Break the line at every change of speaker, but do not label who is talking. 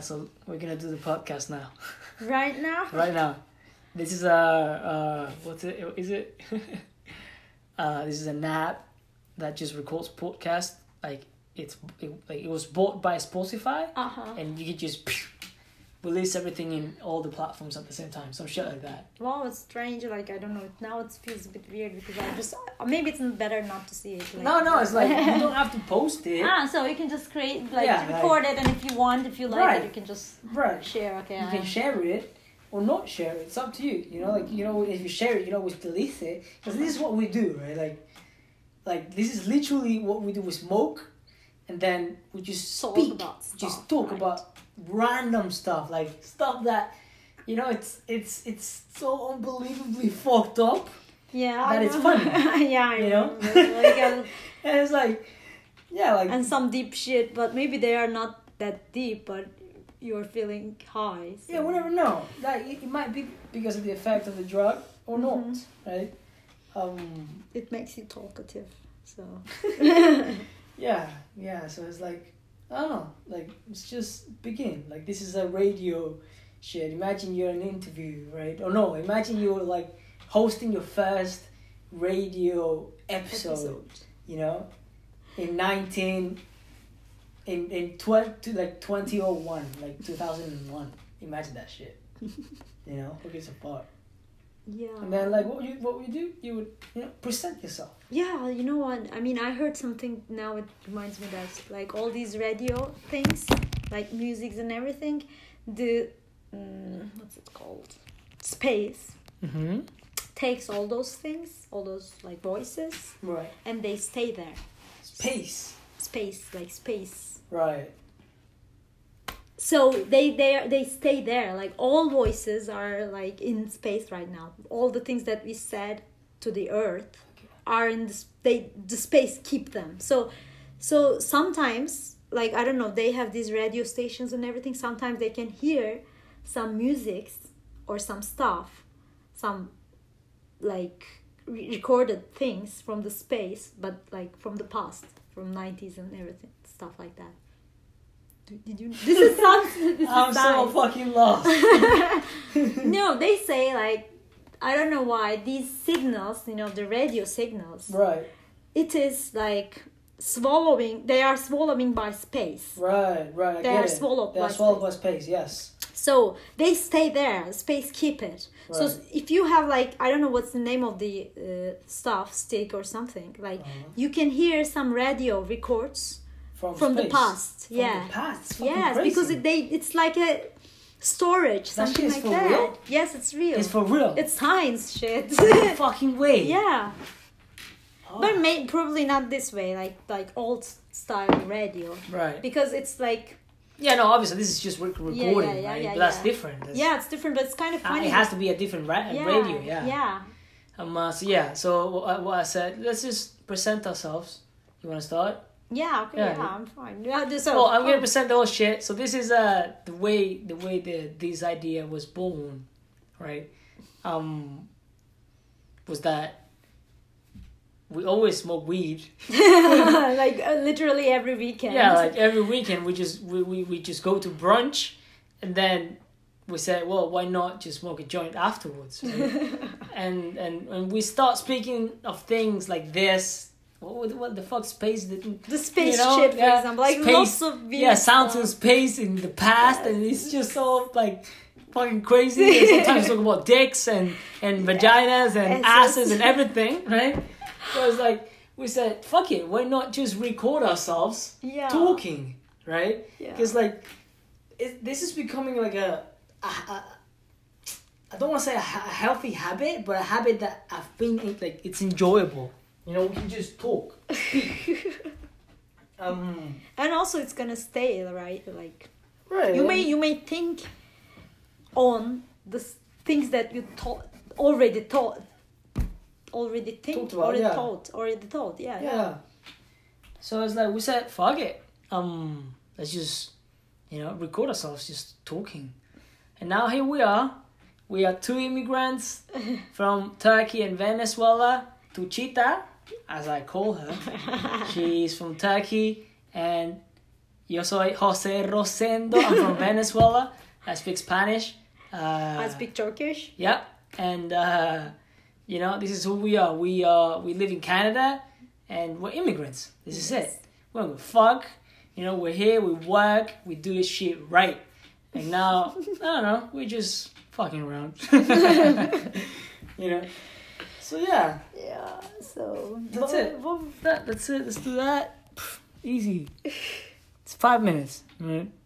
so we're gonna do the podcast now,
Right now?
right now. This is a uh, what's it? Is it? uh, this is an app that just records podcast. Like it's it, like it was bought by Spotify,
Uh huh.
and you could just release everything in all the platforms at the same time. Some shit like that.
Wow, it's strange. Like, I don't know. Now it feels a bit weird because I just. uh, Maybe it's better not to see it. Like,
No, no, it's like you don't have to post it.
Ah, so you can just create, like,
Yeah, like-
record it, and if you want, if you like
Right.
it, you can just
Right.
share. Okay.
you can
I-
share it or not share it. It's up to you. You know, like you know, if you share it, you know, we delete it because this is what we do, right? Like, like this is literally what we do. We smoke, and then we just
Talk
speak,
about
just
stuff,
talk
right.
about random stuff, like stuff that. You know, it's it's it's so unbelievably fucked up,
yeah.
But
I
it's
remember- yeah, I
you know?
remember. Like, I-
and it's like, yeah, like
and some deep shit, but maybe they are not that deep, but you're feeling high. so-
yeah, we never know. Like it, it might be because of the effect of the drug or not,
Mhm.
right? Um,
It makes you talkative. So.
Yeah, yeah. So it's like I don't know. Like it's just begin. Like this is a radio shit. Imagine you're an interview, right? Or no, imagine you're like hosting your first radio episode. You know, in nineteen, in in twelve to like twenty oh one, like two thousand and one. Imagine that shit. you know, who gives a fuck?
Yeah.
And then like what would you what would you do? You would you know present yourself.
Yeah, you know what? I mean, I heard something now. It reminds me that like all these radio things, like musics and everything, the mm, what's it called? Space
Mm-hmm.
takes all those things, all those like voices,
Right.
and they stay there.
Space.
Space, like space.
Right.
So they they are- they stay there. Like all voices are like in space right now. All the things that we said to the earth are in the, sp- they the space keep them so so sometimes like i don't know they have these radio stations and everything sometimes they can hear some musics or some stuff some like re- recorded things from the space but like from the past from 90s and everything stuff like that Do- did you this is sounds this
I'm
is
so
nice.
fucking lost.
no they say like i don't know why these signals you know the radio signals
Right,
it is like swallowing they are swallowing by space
right, right. I
They
get
are
it.
swallowed
They are
by
swallowed by space. Yes.
so they stay there space keep it so
Right.
if you have like i don't know what's the name of the uh, stuff stick or something like
Uh-huh.
you can hear some radio records
From,
from the
space.
past
From
yeah
the past. It's fucking
yes
crazy.
because it, they it's like a storage
That shit
something
is
like
for
that
real?
yes it's real
it's for real.
it's science shit
no fucking way.
yeah
Oh.
but may, probably not this way like like old style radio
right.
because it's like
Yeah. No. Obviously, this is just rec- recording.
yeah, yeah,
right?
yeah,
That's
yeah.
different. That's,
yeah it's different but it's kind of
uh,
funny
it has to be a different ra- radio. Yeah.
yeah
Um. Uh, so yeah. So what, I- what I said. Let's just present ourselves. You want to start?
yeah okay,
Yeah.
yeah, i'm fine yeah, just, so,
Well, I'm gonna
oh,
present the whole shit. So this is uh the way the way the this idea was born, right? Um, was that we always smoke weed?
like uh, literally every weekend
Yeah, like every weekend we just we, we, we just go to brunch, and then we say, well, why not just smoke a joint afterwards? right? and and and we start speaking of things like this. What, what, what the fuck space didn't
the space
know,
shit for
yeah,
example like
space-
lots of weird
yeah, sounds in
stuff.
space in the past, and it's just all like fucking crazy. And sometimes talk about dicks and and vaginas and
Asses.
asses and everything, right? So it's like we said, fuck it, why not just record ourselves
yeah
talking, right?
yeah.
Because like it, this is becoming like a. a, a I don't want to say a, ha- a healthy habit, but a habit that I think it, like it's enjoyable. You know, we can just talk. Um,
and also it's gonna stay right like
right.
you may you may think on the s- things that you thought already thought already think
Talked about,
already
yeah.
thought already thought yeah yeah,
Yeah. So it's like we said, fuck it. Um, let's just, you know, record ourselves just talking, and now here we are. We are two immigrants from Turkey and Venezuela. Tuchita, as I call her, she's from Turkey, and Yo soy Jose Rosendo. I'm from Venezuela. I speak Spanish. Uh,
I speak Turkish.
Yeah, and uh, you know this is who we are. We are we live in Canada, and we're immigrants. This is it. We don't give a fuck. You know we're here. We work. We do this shit right. And now I don't know. We're just fucking around. you know. So yeah,
Yeah, so
That's it.
What,
that, that's it. Let's do that. Pff, easy. It's five minutes. Right?